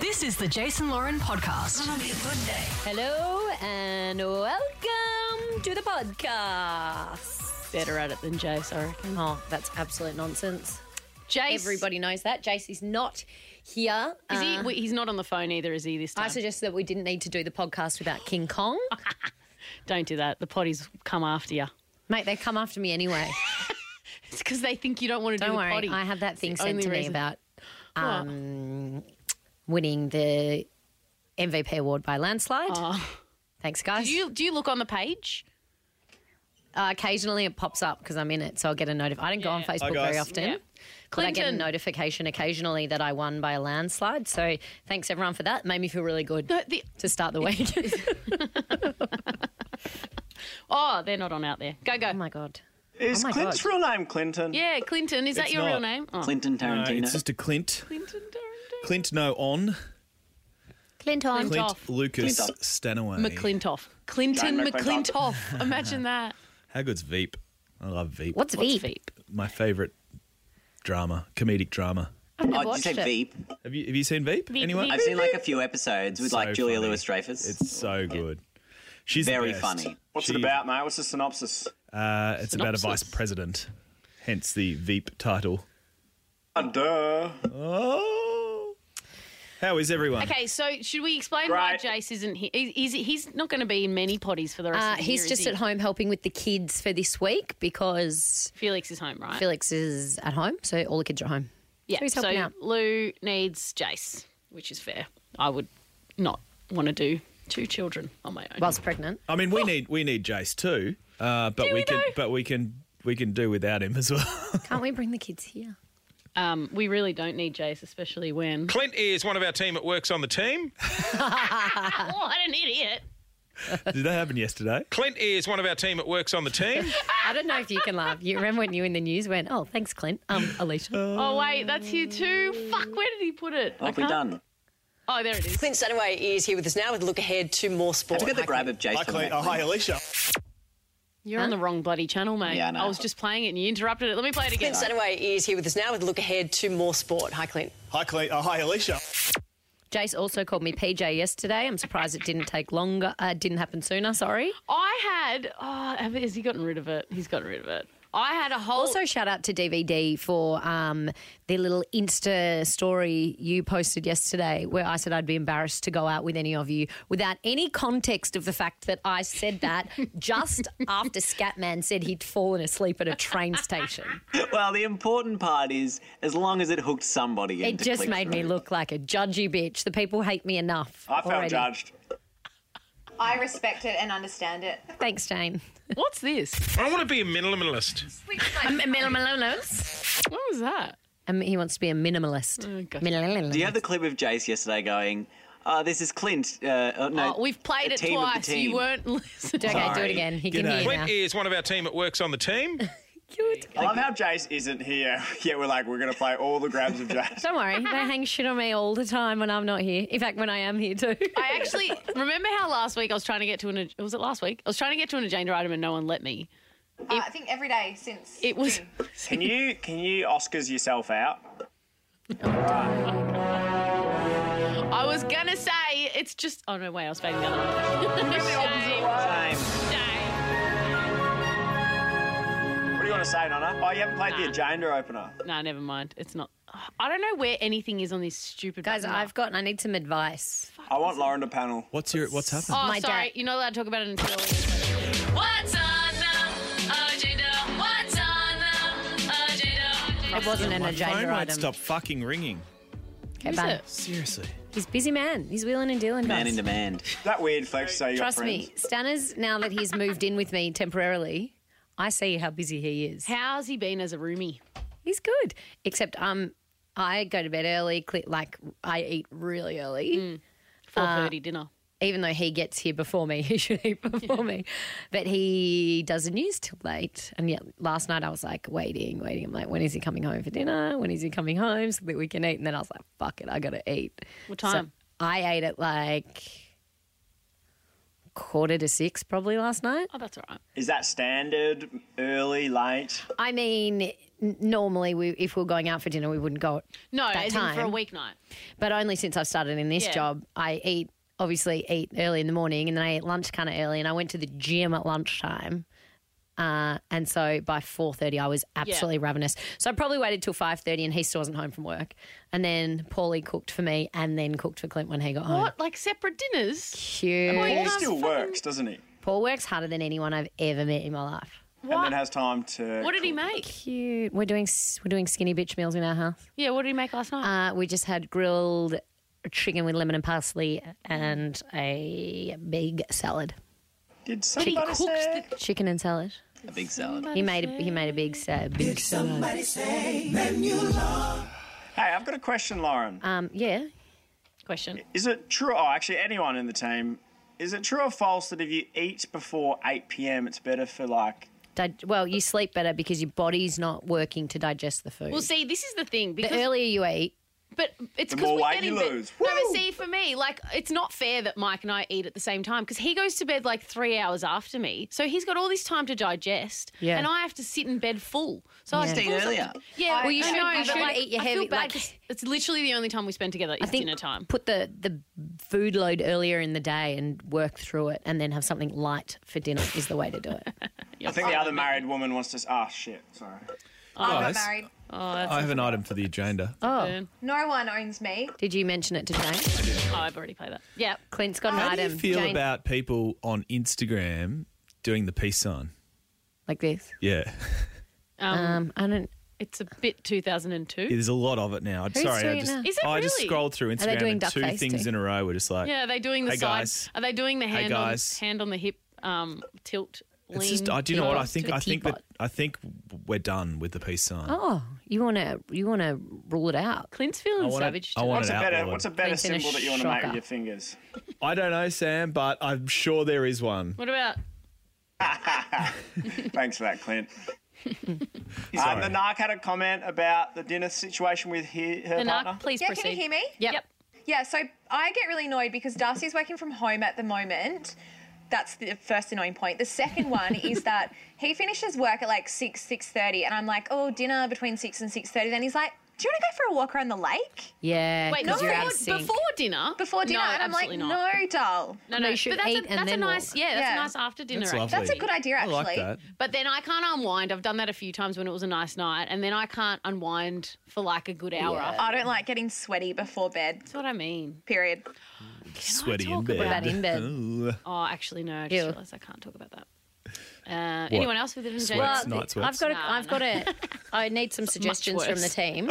This is the Jason Lauren podcast. Hello and welcome to the podcast. Better at it than Jace, I reckon. Oh, that's absolute nonsense. Jace, Everybody knows that. Jace is not here. Is he, Uh, wait, he's not on the phone either, is he? This time, I suggested that we didn't need to do the podcast without King Kong. Oh. don't do that. The potties come after you. Mate, they come after me anyway. It's because they think you don't want to do Don't the worry. potty. I had that thing It's the sent only to me reason. about um, winning the MVP award by landslide. Oh. Thanks, guys. Do you do you look on the page? Uh, occasionally it pops up because I'm in it, so I'll get a notif. I don't go on Yeah. Facebook Hi, guys. very often. Yeah. But I get a Clinton. notification occasionally that I won by a landslide. So thanks everyone for that. It made me feel really good No, the- to start the week. oh Oh, they're not on out there. Go go. my god. Is Oh my Clint's God. real name Clinton? yeah, Clinton. Is that It's your real not. name? Oh. Clinton No, Tarantino. Uh, it's just a Clint. Clinton. Darrington. Clint no on. Clinton. Clint Off. Lucas Clint off. Stanaway. McClintoff. Clinton Don't McClintoff. McClintoff. Imagine that. How good's Veep? I love Veep. What's What's Veep? Veep? my favourite drama, comedic drama? I've never Oh, did watched you say it. Veep? Have you have you seen Veep? Veep, Anyone? Veep. I've seen like a few episodes with So like Julia funny. Louis Dreyfus. It's so good. She's the Very best. funny. What's She- it about, mate? What's the synopsis? Uh, it's about a Synopsis. vice president, hence the Veep title. Uh, duh. Oh, how is everyone? Okay, so should we explain why Great. Jace isn't here? Is, is, he's not going to be in many potties for the rest Uh, of the year. he's is just he? at home helping with the kids for this week because Felix is home, right? Felix is at home, so all the kids are home. Yeah, So he's helping out. Lou needs Jace, which is fair. I would not want to do two children on my own. Whilst pregnant. I mean, we need we need Jace too, uh, but we, we can though? but we can we can do without him as well. Can't we bring the kids here? um, we really don't need Jace, especially when. Clint is one of our team that works on the team. Oh, What an idiot! Did that happen yesterday? Clint is one of our team that works on the team. I don't know if you can laugh. You remember when you in the news went, Oh, thanks, Clint. Um, Alicia. Oh wait, that's here too. Fuck, where did he put it? I What have we can't- done? Oh, there it is. Clint Stanaway is here with us now with a look ahead to more sport. Let's get the grab of Jason. mate. hi, Alicia. You're on the wrong bloody channel, mate. Yeah, I know. I was just playing it and you interrupted it. Let me play it again. Clint Stanaway is here with us now with a look ahead to more sport. Hi, Clint. Hi, Clint. Oh, hi, Alicia. Jace also called me PJ yesterday. I'm surprised it didn't take longer. Uh, it didn't happen sooner. Sorry. I had. Oh, have- has he gotten rid of it? He's gotten rid of it. I had a whole. Also, shout out to DVD for um, the little Insta story you posted yesterday where I said I'd be embarrassed to go out with any of you without any context of the fact that I said that just after Scatman said he'd fallen asleep at a train station. Well, the important part is as long as it hooked somebody. It into just Clint's made me room. look like a judgy bitch. The people hate me enough. I felt already. judged. I respect it and understand it. Thanks, Jane. What's this? I want to be a minimalist. What was that? Um, he wants to be a minimalist. gosh. Minimalist. Do you have the clip of Jace yesterday going, "Oh, this is Clint"? Uh, oh, no, Oh, we've played a it team of the twice. You team." weren't listening. Okay, do it Sorry. again. He can G'day. hear now. Clint is one of our team that works on the team. I love how Jace isn't here. Yet we're like, we're gonna play all the grabs of Jace. Don't worry, they hang shit on me all the time when I'm not here. In fact, when I am here too. I actually remember how last week I was trying to get to an was it last week? I was trying to get to an agenda item and no one let me. Uh, I think every day since. It was can you can you Oscars yourself out? I was gonna say it's just oh no way I was fading the other one. Shame, Same. shame. What do you want to say, Nana? Oh, you haven't played the agenda opener. No, never mind. It's not. I don't know where anything is on this stupid. Guys, button. I've got. I need some advice. I want Lauren to panel. What's your what's happened? Oh, my sorry. dad- You're not allowed to talk about it until. What's on the agenda? What's on the agenda? It wasn't an My phone agenda won't item. stop fucking ringing. Okay, Who's bye. it? Seriously. He's busy man. He's wheeling and dealing. Man guys. in demand. That weird flex. Say your Trust friends. me, Stanners. Now that he's moved in with me temporarily, I see how busy he is. How's he been as a roomie? He's good. Except um, I go to bed early. cle- Like I eat really early. Uh, Four thirty dinner. Even though he gets here before me, he should eat before me. But he doesn't use till late. And yet last night I was like waiting, waiting. I'm like, when is he coming home for dinner? When is he coming home so that we can eat? And then I was like, fuck it, I gotta eat. What So time? I ate at like quarter to six probably last night. oh, that's all right. Is that standard? Early, late? I mean, normally we, if we were going out for dinner, we wouldn't go. No, that as in time. for a weeknight. But only since I've started in this Yeah. job, I eat obviously eat early in the morning, and then I eat lunch kind of early, and I went to the gym at lunchtime. Uh, and so by four thirty, I was absolutely ravenous. So I probably waited till five thirty, and he still wasn't home from work. And then Paulie cooked for me, and then cooked for Clint when he got home. What? Oh Like separate dinners? Cute. Well, He Yeah, still fucking- works, doesn't he? Paul works harder than anyone I've ever met in my life. And then What? has time to. What did he make? Cute. We're doing s- we're doing skinny bitch meals in our house. Yeah, what did he make last night? Uh, we just had grilled chicken with lemon and parsley and a big salad. Did somebody Cooks say? the- Chicken and salad. A big salad. He made a, he made a big salad. Big salad. Hey, I've got a question, Lauren. Um, yeah. Question. Is it true? Oh, actually, anyone in the team. Is it true or false that if you eat before 8 p.m., it's better for like. Dig- well, you sleep better because your body's not working to digest the food. Well, see, this is the thing the because earlier you eat, But it's The because more we're weight getting you bit- lose. No, but Woo! see, for me, like it's not fair that Mike and I eat at the same time because he goes to bed like three hours after me, so he's got all this time to digest, Yeah. and I have to sit in bed full. So I Yeah. have to Just eat full- earlier. Yeah, Well, you I should- know, you but, should like, eat your I feel heavy- bad like- 'cause it's literally the only time we spend together is I think dinner time. put the the food load earlier in the day and work through it, and then have something light for dinner is the way to do it. I think the other married woman wants to. Ah, shit. Sorry. Oh, I'm not Guys, married. I have an item for the agenda. Oh, Burn. No one owns me. did you mention it to Jane? Oh, I've already played that. Yeah, Clint's got an How do item. you feel Jane, about people on Instagram doing the peace sign? like this? Yeah, Um, I don't. it's a bit 2002. there's a lot of it now. I'm sorry, doing I it just now? Is it I just really? scrolled through Instagram doing and duck two face things too? in a row were just like, Yeah, are they doing the Hey, side? guys. Are they doing the hand guys. on hand on the hip um, tilt? it's lean just I do you know what I tilt? think to I think that teapot. I think we're done with the peace sign. Oh, you wanna you wanna rule it out? Clint's feeling I want it- savage. I today. want What's a it out, better, Lauren. what's a better He's in a symbol that you want to make shocker. with your fingers? I don't know, Sam, but I'm sure there is one. What about? Thanks for that, Clint. um, the narc had a comment about the dinner situation with he, The her partner. narc, please Yeah, proceed. can you hear me? Yep. Yeah, so I get really annoyed because Darcy's working from home at the moment. That's the first annoying point. The second one is that he finishes work at like six, six thirty, and I'm like, oh, dinner between six and six thirty. Then he's like, do you want to go for a walk around the lake Yeah. Wait, 'cause no, you're out of before, sync. before dinner. before dinner? No, and I'm like, absolutely not. no, doll. No, no, you should but that's eat a, and that's a then nice, yeah, that's Yeah. a nice after dinner. That's act. lovely. That's a good idea, I like actually. that. But then I can't unwind. I've done that a few times when it was a nice night, and then I can't unwind for like a good hour. After. I don't like getting sweaty before bed. That's what I mean. Period. Sweaty in talk about bed. that in bed? Ooh. Oh, actually, no, I just Ew. realised I can't talk about that. Uh, anyone else with it in James? Sweats, night sweats. I've got a, No, I've no. got a I need some suggestions from the worse. team.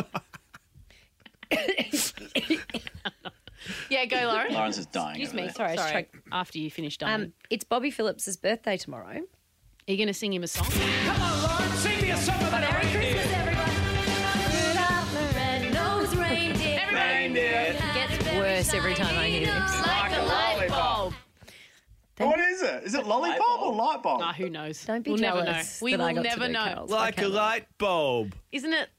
yeah, go, Lauren. Lawrence is dying. Excuse over me. there. Sorry, I was After you finish, done. Um, it's Bobby Phillips' birthday tomorrow. Are you going to sing him a song? Worse every time I hear this. Like a light bulb. What is it? Is it lollipop or light bulb? Ah, who knows? Don't be we'll jealous. never know. We that will I got to never do know. carols. Like Okay. a light bulb. Isn't it?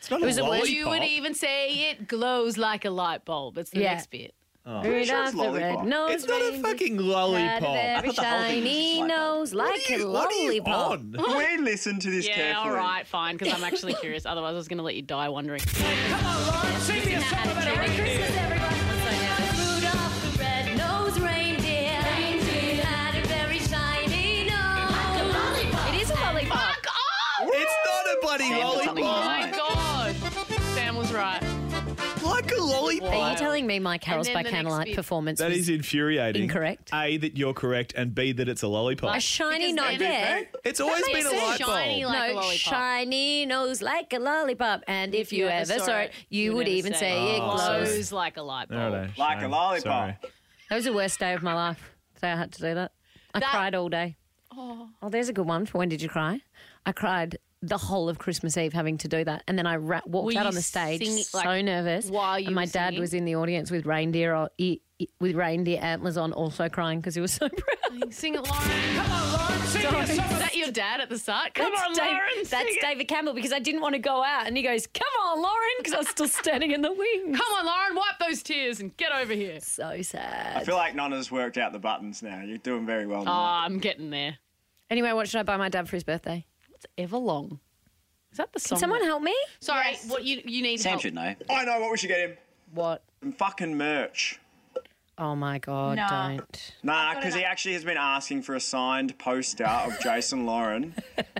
It's not was a a word. lollipop. You would even say it glows like a light bulb. It's the Yeah. next bit. Oh. Right sure it's off the red lollipop. nose It's not a ring, fucking out of lollipop. every thought the whole thing was shiny just like that. nose like What are a you- what are you lollipop. on? Do we listen to this Yeah, carefully? all right, fine, because I'm actually curious. Otherwise, I was going to let you die wondering. It is a lollipop. Fuck off! It's not a bloody Oh lollipop. my god! Sam was right. Like a lollipop. Are you telling me my carols then by the next candlelight bit- performance That was is infuriating. incorrect. A that you're correct, and B that it's a lollipop. a shiny Because nose? they- Yeah. it's always makes been a sense. light bulb. Shiny like- a no, lollipop. shiny nose like a lollipop. And if, you, ever saw it, you you'd would never even say, it Oh, sorry. glows. glows like a light bulb. No, no, Like a shame. lollipop. Sorry. That was the worst day of my life. Today I had to do that. I That- cried all day. Oh. there's a good one for when did you cry? I cried the whole of Christmas Eve having to do that, and then I ra- walked Were out you on the stage singing, so like, nervous. while you and my were dad singing? was in the audience with reindeer or, e- e- with reindeer antlers on, also crying because he was so proud. Sing it, Lauren. Come on, Lauren. Sing it. Is that your dad at the start? Come on, Dave- Lauren. sing that's it. David Campbell because I didn't want to go out, and he goes, "Come on, Lauren," because I was still standing in the wings. Come on, Lauren. Wipe those tears and get over here. So I sad. feel like Nana's worked out the buttons now. You're doing very well. Oh, Nana. I'm getting there. Anyway, what should I buy my dad for his birthday? It's ever long. that the song? Can someone help me? Sorry, what you you need Sam help. should know. I know what we should get him. What? Some fucking merch. Oh my God, No. don't. Nah, got because he enough. actually has been asking for a signed poster of Jason Lauren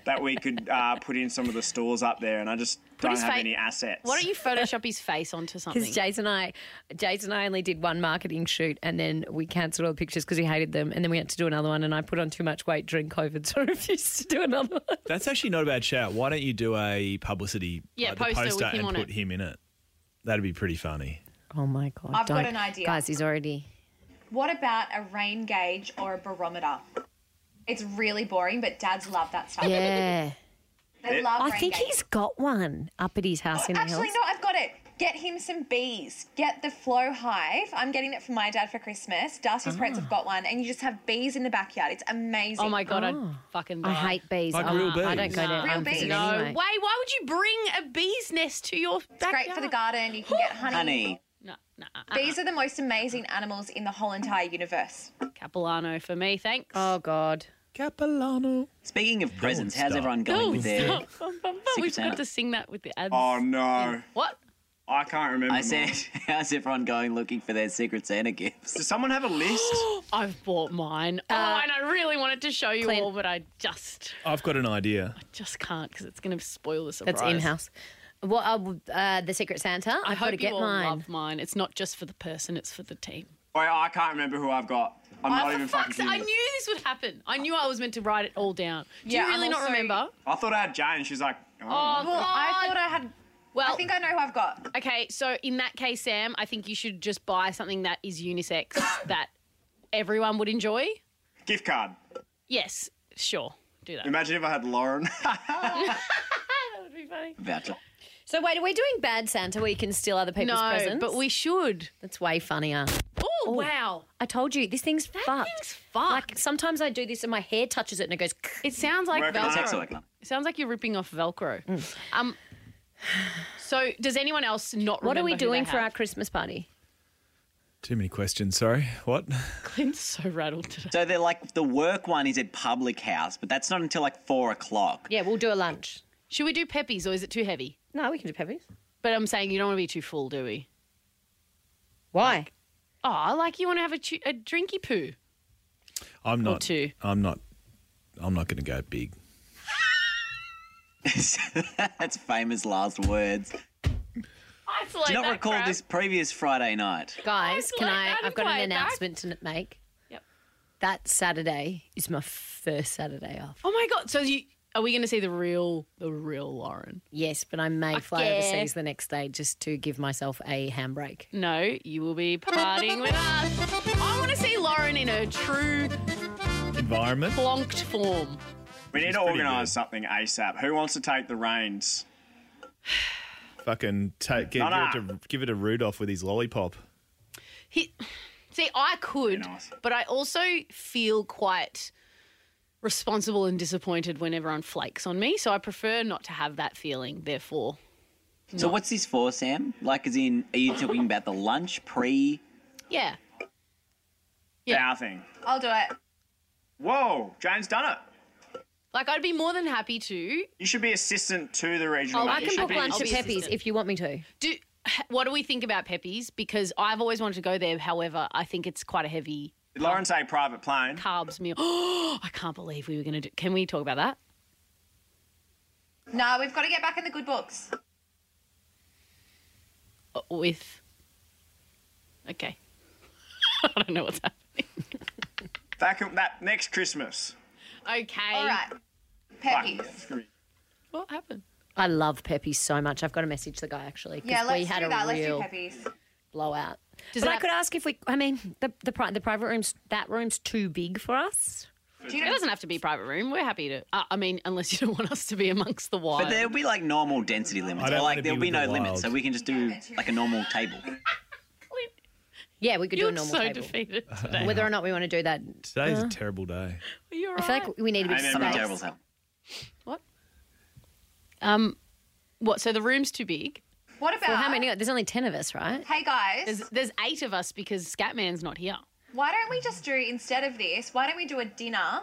that we could uh, put in some of the stores up there, and I just don't his have fa- any assets. Why don't you Photoshop his face onto something? Because Jason and I, Jason and I only did one marketing shoot, and then we cancelled all the pictures because we hated them, and then we had to do another one, and I put on too much weight during COVID, so I refused to do another one. That's actually not a bad shout. Why don't you do a publicity Yeah, like the poster with poster him and on put it. him in it? That'd be pretty funny. Oh my God! I've got don't. an idea. guys. He's already. What about a rain gauge or a barometer? It's really boring, but dads love that stuff. Yeah, They love I rain think gauge. he's got one up at his house in the Oh, Actually, hills. no, I've got it. Get him some bees. Get the Flow Hive. I'm getting it for my dad for Christmas. Darcy's Ah. parents have got one, and you just have bees in the backyard. It's amazing. oh my god, I'd fucking. Die. I hate bees. Like I, real I don't bees. go Nah. there. Real I'm bees. busy No anyway. way. Why would you bring a bee's nest to your It's backyard? great for the garden. You can get honey. Honey. No, no. Bees are the most amazing animals in the whole entire universe. Capilano for me, thanks. Oh God! Capilano. Speaking of presents, how's stop. everyone going with their? stop. We've Santa. got to sing that with the ads. Oh no, What? I can't remember. I mine. said, how's everyone going looking for their Secret Santa gifts? Does someone have a list? I've bought mine. oh, and I really wanted to show you Clint. all, but I just I've got an idea. just can't because it's going to spoil the surprise. That's in house. What? Uh, uh, the Secret Santa. I I've got hope to you get all mine. love mine. It's not just for the person; it's for the team. Wait, I can't remember who I've got. I'm Oh, not for even fucking fuck's sake, kidding. I knew this would happen. I knew I was meant to write it all down. Do Yeah, you really I'm not also- Oh, remember? I thought I had Jane. She's like, oh. Oh, Well, I God. thought I had. Well, I think I know who I've got. okay. So in that case, Sam, I think you should just buy something that is unisex that everyone would enjoy. gift card. Yes, sure, do that. Imagine if I had Lauren. That would be funny. Voucher. So wait, are we doing Bad Santa where you can steal other people's No, presents? but we should. That's way funnier. Oh wow! I told you this thing's fucked. thing's fucked. Like sometimes I do this and my hair touches it and it goes. It sounds like Working on Velcro. it. Sex worker. It sounds like you're ripping off Velcro. Um, so does anyone else not? What are we remember who doing they for our have? Christmas party? Too many questions. Sorry. What? Clint's so rattled today. So they're like, the work one is at public house, but that's not until like four o'clock. Yeah, we'll do a lunch. Should we do Pepe's or is it too heavy? No, we can do peppies. But I'm saying you don't want to be too full, do we? Why? Oh, like you want to have a, chu- a drinky poo. I'm not. two. I'm not. I'm not going to go big. that's famous last words. I feel like Do you not recall this previous Friday night? Guys, I can like I? that I've got an way back. announcement to make. Yep. That Saturday is my first Saturday off. Oh my god! So you are we going to see the real the real Lauren? Yes, but I may fly yeah. overseas the next day just to give myself a handbrake. No, you will be partying with us. I want to see Lauren in her true Environment. plonked form. we need She's to pretty organise good. something ASAP. Who wants to take the reins? Fucking take. Give, No, give, no. it to, give it to Rudolph with his lollipop. He, see, I could, Very nice. but I also feel quite responsible and disappointed when everyone flakes on me. So I prefer not to have that feeling. Therefore, So what's this for, Sam? Like, as in, are you talking about the lunch pre? yeah, Yeah. Yeah. Our thing. I'll do it. Whoa, Jane's done it. like I'd be more than happy to You should be assistant to the regional. Oh, mate. I You can should book be- lunch Lunch I'll at be Pepe's assistant. if you want me to. do. What do we think about Pepe's? Because I've always wanted to go there. However, I think it's quite a heavy Did Lauren say private plane? carbs meal. I can't believe we were going to do. Can we talk about that? No, we've got to get back in the good books. Uh, With okay, I don't know what's happening. That, can, that next Christmas. Okay, All right. Fuck. Peppies. What happened? I love Pepe's so much. I've got to message the guy actually. 'cause Yeah, let's we had do a that. real Let's do peppies. blowout. Does but that- I could ask if we. I mean, the the, pri- the private rooms. That room's too big for us. It doesn't have to be private room. We're happy to. Uh, I mean, unless you don't want us to be amongst the wild. But there'll be like normal density limits. I don't Or, wanna like be there'll be with no the limits, wild. so we can just do like a normal table. Yeah, we could you do a look normal so table. defeated today. Whether or not we want to do that, Today's a terrible day. You're I feel like we need a bit I of remember Something space. terrible's happened. what? Um, what? So the room's too big. What about Well, how many? There's only ten of us, right? Hey guys, There's, there's eight of us because Scatman's not here. why don't we just do instead of this? Why don't we do a dinner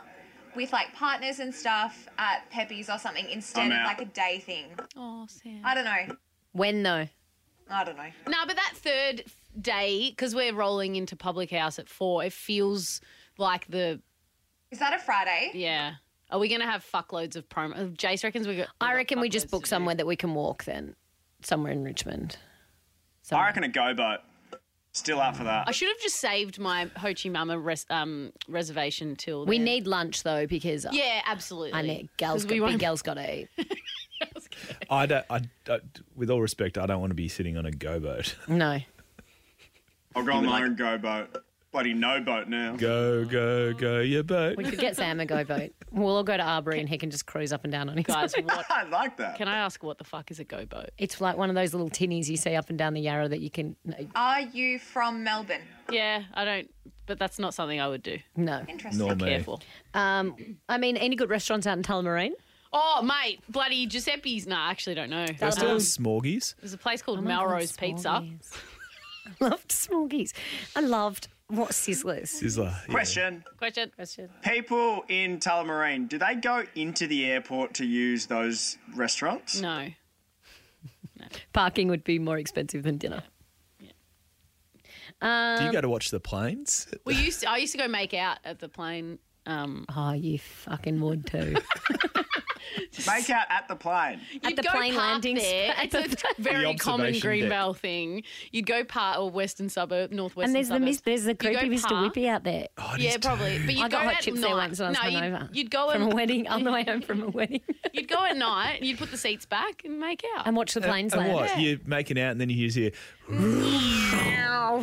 with like partners and stuff at Pepe's or something instead I'm of out. like a day thing. Oh, Sam. I don't know. When though? I don't know. No, but that third day, because we're rolling into public house at four, it feels like the Is that a Friday? yeah. Are we gonna have fuckloads of promo? Jace reckons we. Got, I reckon we just fuckloads to book do. somewhere that we can walk then, somewhere in Richmond. I reckon a go boat. Still up for that. I should have just saved my Ho Chi Mama res- um, reservation till. We then. need lunch though because Yeah, absolutely. I need gals. 'Cause We we got, won't- gals got to eat. I don't, I don't- with all respect, I don't want to be sitting on a go boat. No. I'll go on my own go boat. Bloody no boat now. go, go, go your boat. We could get Sam a go boat. We'll all go to Arbury and he can just cruise up and down on his guys. What I like that. can I ask? What the fuck is a go boat? It's like one of those little tinnies you see up and down the Yarra that you can. No. Are you from Melbourne? Yeah, I don't. But that's not something I would do. no. Interesting. Nor me. Careful. Um, I mean, any good restaurants out in Tullamarine? Oh, mate, bloody Giuseppe's. Nah, I actually don't know. Let's do Um, smorgies. There's a place called Oh my God, Melrose Pizza. Smorgies. I loved smorgies. I loved what sizzlers. Sizzler. yeah. Question. Question. People in Tullamarine, do they go into the airport to use those restaurants? No. Parking would be more expensive than dinner. Do you go Um, to watch the planes? We used to, I used to go make out at the plane. Um, Oh, you fucking would too. Make out at the plane. you'd the go plane park landing there. spa- It's a very The common observation deck. Greenvale thing. You'd go part or western suburb, northwestern and there's the suburbs. mis- there's the You'd go creepy Mr. park. Whippy out there. Oh, it is Yeah, probably. But you'd I go got hot at chips night. there once when I was no, hungover. You'd, you'd go from and, a wedding on the way home from a wedding You'd go at night. and You'd put the seats back and make out. and watch the planes And land. what? You're making out and then you just hear.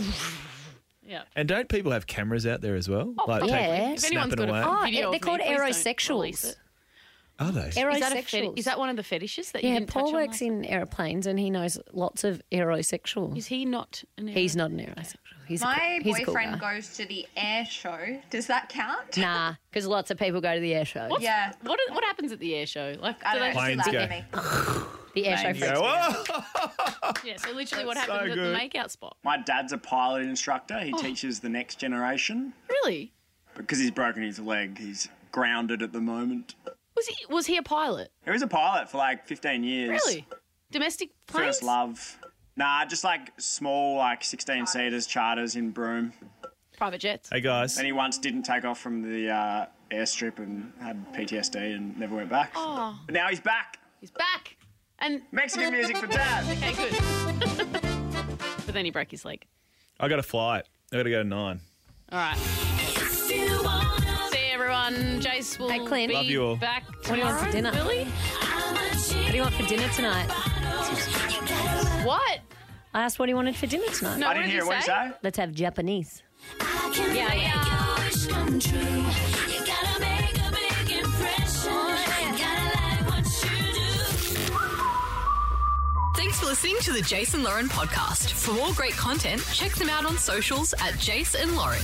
Yeah. Oh, And don't people have cameras out there as well? like, fuck take- yeah. If snapping anyone's got away. a Oh, video they're of me, called please don't aerosexuals. release it. Are they? Is that, a feti- Aerosexuals. is that one of the fetishes that you yeah, didn't Paul touch on works last- in aeroplanes and he knows lots of aerosexuals. Is he not an He's aero- not an aerosexual. He's My a, cool- he's a cool boyfriend guy. goes to the air show. Does that count? Nah, because lots of people go to the air show. Yeah. What, what happens at the air show? Like, I do don't they know. just She Planes laughed go. at me. The air show Thank you. freaks. Oh, Yeah, so literally what That's so happened good. at the makeout spot. My dad's a pilot instructor. He Oh. teaches the next generation. Really? Because he's broken his leg, he's grounded at the moment. Was he was he a pilot? He was a pilot for like 15 years. Really? Domestic planes? First love. Nah, just like small, like 16 seaters charters in Broome. Private jets. hey guys. And he once didn't take off from the uh, airstrip and had PTSD and never went back. Oh. But now he's back. He's back. And Mexican music for dad. okay, good. but then he broke his leg. I got a flight. I got to go to nine. All right. See you, everyone. Jace will Hey, Clint. be Love you all. back What do you want for dinner? tomorrow, Really? What do you want for dinner tonight? What? I asked what he wanted for dinner tonight. No, I didn't did hear you what you say? say. Let's have Japanese. Yeah, yeah. Oh, Thanks for listening to the Jason Lauren podcast. For more great content, check them out on socials at Jason Lauren.